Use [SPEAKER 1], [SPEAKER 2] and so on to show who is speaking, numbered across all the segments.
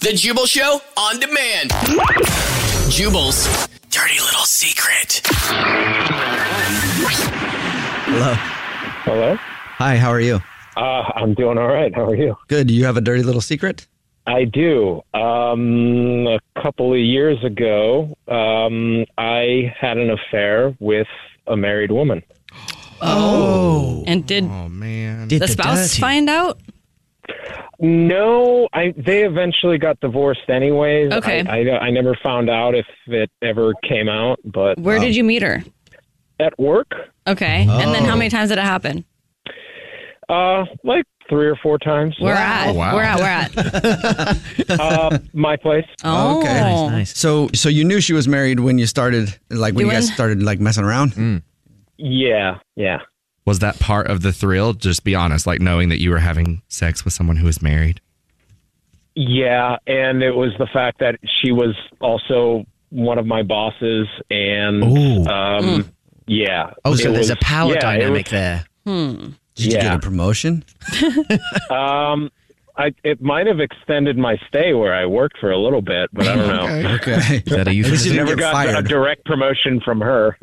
[SPEAKER 1] The Jubal Show on demand. Jubal's dirty little secret.
[SPEAKER 2] Hello.
[SPEAKER 3] Hello.
[SPEAKER 2] Hi, how are you?
[SPEAKER 3] Uh, I'm doing all right. How are you?
[SPEAKER 2] Good. Do you have a dirty little secret?
[SPEAKER 3] I do. Um, a couple of years ago, um, I had an affair with a married woman.
[SPEAKER 2] Oh.
[SPEAKER 4] And did
[SPEAKER 5] Oh man.
[SPEAKER 2] Did
[SPEAKER 4] the spouse
[SPEAKER 2] dirty.
[SPEAKER 4] find out?
[SPEAKER 3] No, I they eventually got divorced anyways.
[SPEAKER 4] Okay.
[SPEAKER 3] I, I, I never found out if it ever came out, but
[SPEAKER 4] Where did you meet her?
[SPEAKER 3] at work,
[SPEAKER 4] Okay. And then how
[SPEAKER 2] Oh.
[SPEAKER 4] many times did it happen?
[SPEAKER 3] uh, like three or four times.
[SPEAKER 4] Where at?
[SPEAKER 5] wow.
[SPEAKER 4] Where at? Where at?
[SPEAKER 3] Uh, my place.
[SPEAKER 4] Oh.
[SPEAKER 2] Okay. Nice, So, so you knew she was married when you started, like when you guys
[SPEAKER 4] Doing-
[SPEAKER 2] started like messing around.
[SPEAKER 3] Yeah, yeah.
[SPEAKER 5] Was that part of the thrill? Just be honest, like knowing that you were having sex with someone who was married.
[SPEAKER 3] Yeah, and it was the fact that she was also one of my bosses, and
[SPEAKER 5] Ooh.
[SPEAKER 3] um, yeah.
[SPEAKER 6] Oh,
[SPEAKER 3] It
[SPEAKER 6] so there's
[SPEAKER 3] was-
[SPEAKER 6] a power
[SPEAKER 3] yeah, it
[SPEAKER 6] dynamic
[SPEAKER 3] was-
[SPEAKER 6] there.
[SPEAKER 4] Hmm.
[SPEAKER 2] Did you
[SPEAKER 3] Yeah.
[SPEAKER 2] get a promotion?
[SPEAKER 3] um, I, it might have extended my stay where I worked for a little bit, but I don't know.
[SPEAKER 2] Okay.
[SPEAKER 5] Is that a
[SPEAKER 2] least you
[SPEAKER 5] euphemism?
[SPEAKER 2] never-
[SPEAKER 3] Never
[SPEAKER 2] Get
[SPEAKER 3] got a
[SPEAKER 2] fired.
[SPEAKER 3] direct promotion from her.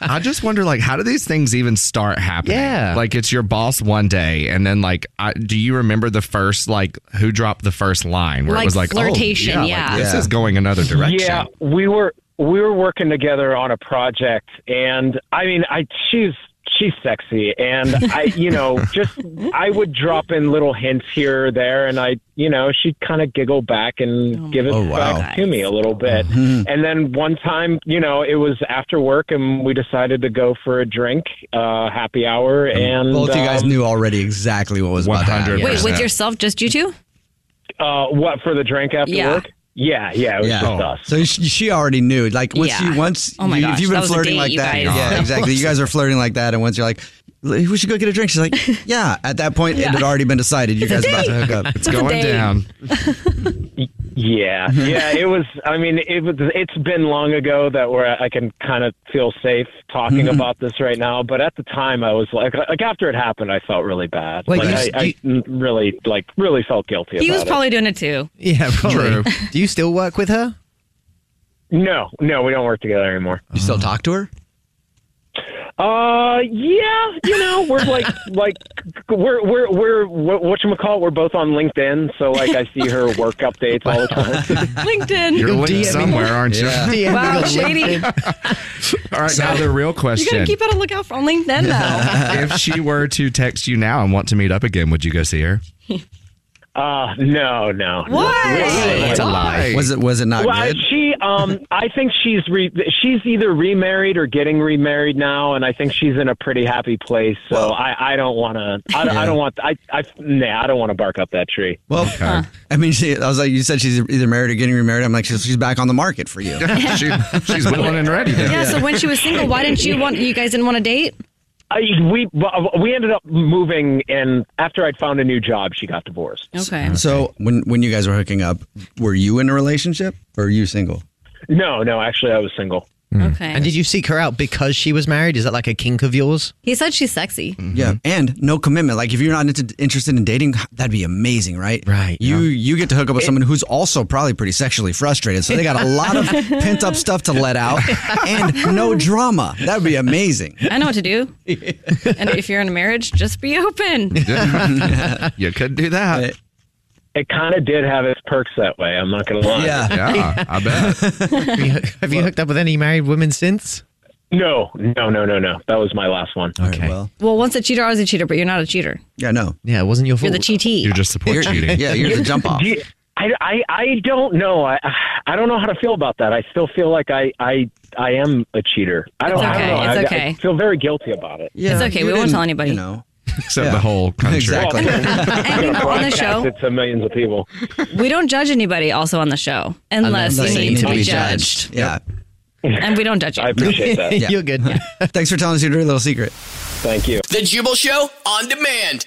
[SPEAKER 5] I just wonder, like, how do these things even start happening?
[SPEAKER 6] Yeah.
[SPEAKER 5] Like, it's your boss one day, and then, like, I, do you remember the first, like, who dropped the first line? Where
[SPEAKER 4] Like
[SPEAKER 5] it was like, oh,
[SPEAKER 4] flirtation,
[SPEAKER 5] like,
[SPEAKER 4] yeah.
[SPEAKER 5] this
[SPEAKER 2] Yeah.
[SPEAKER 5] is going another direction.
[SPEAKER 3] yeah, we were we were working together on a project, and I mean, I she's she's sexy, and I you know just I would drop in little hints here or there, and I you know she'd kind of giggle back and give it
[SPEAKER 2] Oh, wow. Mm-hmm.
[SPEAKER 3] back to me a little bit, and then one time you know it was after work, and we decided to go for a drink, uh, happy hour, and
[SPEAKER 2] Both you guys
[SPEAKER 3] um,
[SPEAKER 2] knew already exactly what was about to happen.
[SPEAKER 5] 100%.
[SPEAKER 4] Wait, with
[SPEAKER 5] Yeah.
[SPEAKER 4] yourself, just you two?
[SPEAKER 3] uh, what for the drink after
[SPEAKER 4] Yeah.
[SPEAKER 3] work. Yeah, yeah, it was
[SPEAKER 2] Yeah.
[SPEAKER 3] just us.
[SPEAKER 2] So she, she already knew. Like once
[SPEAKER 4] Yeah.
[SPEAKER 2] you once
[SPEAKER 4] Oh my
[SPEAKER 2] you,
[SPEAKER 4] gosh,
[SPEAKER 2] if you've
[SPEAKER 4] that
[SPEAKER 2] been
[SPEAKER 4] was a
[SPEAKER 2] flirting
[SPEAKER 4] date,
[SPEAKER 2] like
[SPEAKER 4] you
[SPEAKER 2] that,
[SPEAKER 4] guys.
[SPEAKER 2] yeah, exactly. You guys are flirting like that, and once you're like, we should go get a drink. She's like, yeah. At that point, it had already been decided. You guys about to hook up.
[SPEAKER 5] It's going
[SPEAKER 4] date.
[SPEAKER 5] down.
[SPEAKER 3] Yeah, yeah, it was. I mean, it was. It's been long ago that where I can kind of feel safe talking
[SPEAKER 6] Mm-hmm.
[SPEAKER 3] about this right now. But at the time, I was like, like after it happened, I felt really bad.
[SPEAKER 6] Like,
[SPEAKER 3] Like,
[SPEAKER 6] you
[SPEAKER 3] I,
[SPEAKER 6] s-
[SPEAKER 3] I n- really, like, really felt guilty.
[SPEAKER 4] He
[SPEAKER 3] about
[SPEAKER 4] was probably doing it too.
[SPEAKER 6] Yeah, probably. Do you still work with her?
[SPEAKER 3] it. No, no, we don't work together anymore.
[SPEAKER 2] You still talk to her?
[SPEAKER 3] Uh, yeah, you know, we're like, like, we're we're we're what you call? We're both on LinkedIn, so like, I see her work updates all the time.
[SPEAKER 4] LinkedIn.
[SPEAKER 5] You're linked
[SPEAKER 6] DM me.
[SPEAKER 5] somewhere, aren't
[SPEAKER 2] Yeah.
[SPEAKER 5] you?
[SPEAKER 6] Yeah,
[SPEAKER 4] Wow,
[SPEAKER 6] we got
[SPEAKER 4] shady.
[SPEAKER 6] LinkedIn.
[SPEAKER 5] All right, now the real
[SPEAKER 4] you
[SPEAKER 5] question. uh,
[SPEAKER 4] gotta keep on a lookout for on LinkedIn though.
[SPEAKER 5] if she were to text you now and want to meet up again, would you go see her?
[SPEAKER 3] Uh, no, no, no.
[SPEAKER 4] Why?
[SPEAKER 5] It's a lie.
[SPEAKER 2] Was it was it not
[SPEAKER 3] Well,
[SPEAKER 2] good?
[SPEAKER 3] she, um, I think she's re- she's either remarried or getting remarried now, and I think she's in a pretty happy place. So I, I don't want to. I, don't I don't want. I, I, nah, I don't want to bark up that tree.
[SPEAKER 2] Well, I mean, she, I was like, you said she's either married or getting remarried. I'm like, she's, she's back on the market for you.
[SPEAKER 5] she, she's willing and ready. Then.
[SPEAKER 4] Yeah, so when she was single, why didn't you want you guys didn't want to date?
[SPEAKER 3] I, we we ended up moving, and after I'd found a new job, she got divorced.
[SPEAKER 4] Okay.
[SPEAKER 2] So when when you guys were hooking up, were you in a relationship or are you single?
[SPEAKER 3] No, no, actually, I was single.
[SPEAKER 4] Okay.
[SPEAKER 6] And did you seek her out because she was married? Is that like a kink of yours?
[SPEAKER 4] he said she's sexy.
[SPEAKER 2] Yeah, and no commitment. Like if you're not into, interested in dating, that'd be amazing, right?
[SPEAKER 6] Right,
[SPEAKER 2] You you get to hook up with someone who's also probably pretty sexually frustrated, so they got a lot of pent up stuff to let out, and no drama. That'd be amazing.
[SPEAKER 4] I know what to do. and if you're in a marriage, just be open.
[SPEAKER 5] you could do that.
[SPEAKER 3] It kind of did have its perks that way. I'm not gonna lie.
[SPEAKER 2] Yeah.
[SPEAKER 5] Yeah, I bet.
[SPEAKER 6] Have you, have you hooked up with any married women since?
[SPEAKER 3] No, no, no, no, no. That was my last one.
[SPEAKER 2] All right, well,
[SPEAKER 4] Well, once a cheater, always a cheater, but you're not a cheater.
[SPEAKER 2] yeah, no.
[SPEAKER 6] Yeah, it wasn't your
[SPEAKER 4] You're
[SPEAKER 6] fault.
[SPEAKER 4] the cheatee.
[SPEAKER 5] You just support
[SPEAKER 2] You're-
[SPEAKER 5] cheating.
[SPEAKER 2] Yeah, you're the jump off.
[SPEAKER 3] Do you- I, I, I don't know. I I don't know how to feel about that. I still feel like I I, I am a cheater. I don't,
[SPEAKER 4] It's
[SPEAKER 3] I
[SPEAKER 4] okay.
[SPEAKER 3] don't know. I-
[SPEAKER 4] It's
[SPEAKER 3] I,
[SPEAKER 4] okay.
[SPEAKER 3] feel very guilty about it.
[SPEAKER 2] Yeah,
[SPEAKER 4] It's okay,
[SPEAKER 2] you
[SPEAKER 4] we won't tell
[SPEAKER 2] didn't-
[SPEAKER 4] anybody.
[SPEAKER 2] You know.
[SPEAKER 5] Except
[SPEAKER 2] Yeah.
[SPEAKER 5] the whole country.
[SPEAKER 2] Exactly.
[SPEAKER 4] and you know, on the show,
[SPEAKER 3] It's a millions of people.
[SPEAKER 4] we don't judge anybody also on the show unless,
[SPEAKER 2] Unless
[SPEAKER 4] you
[SPEAKER 2] they
[SPEAKER 4] need to be judged.
[SPEAKER 2] Yeah.
[SPEAKER 4] And we don't judge you.
[SPEAKER 3] I appreciate that.
[SPEAKER 2] Yeah.
[SPEAKER 6] You're good.
[SPEAKER 2] Thanks for telling us your dirty little secret.
[SPEAKER 3] Thank you.
[SPEAKER 1] The Jubal Show on demand.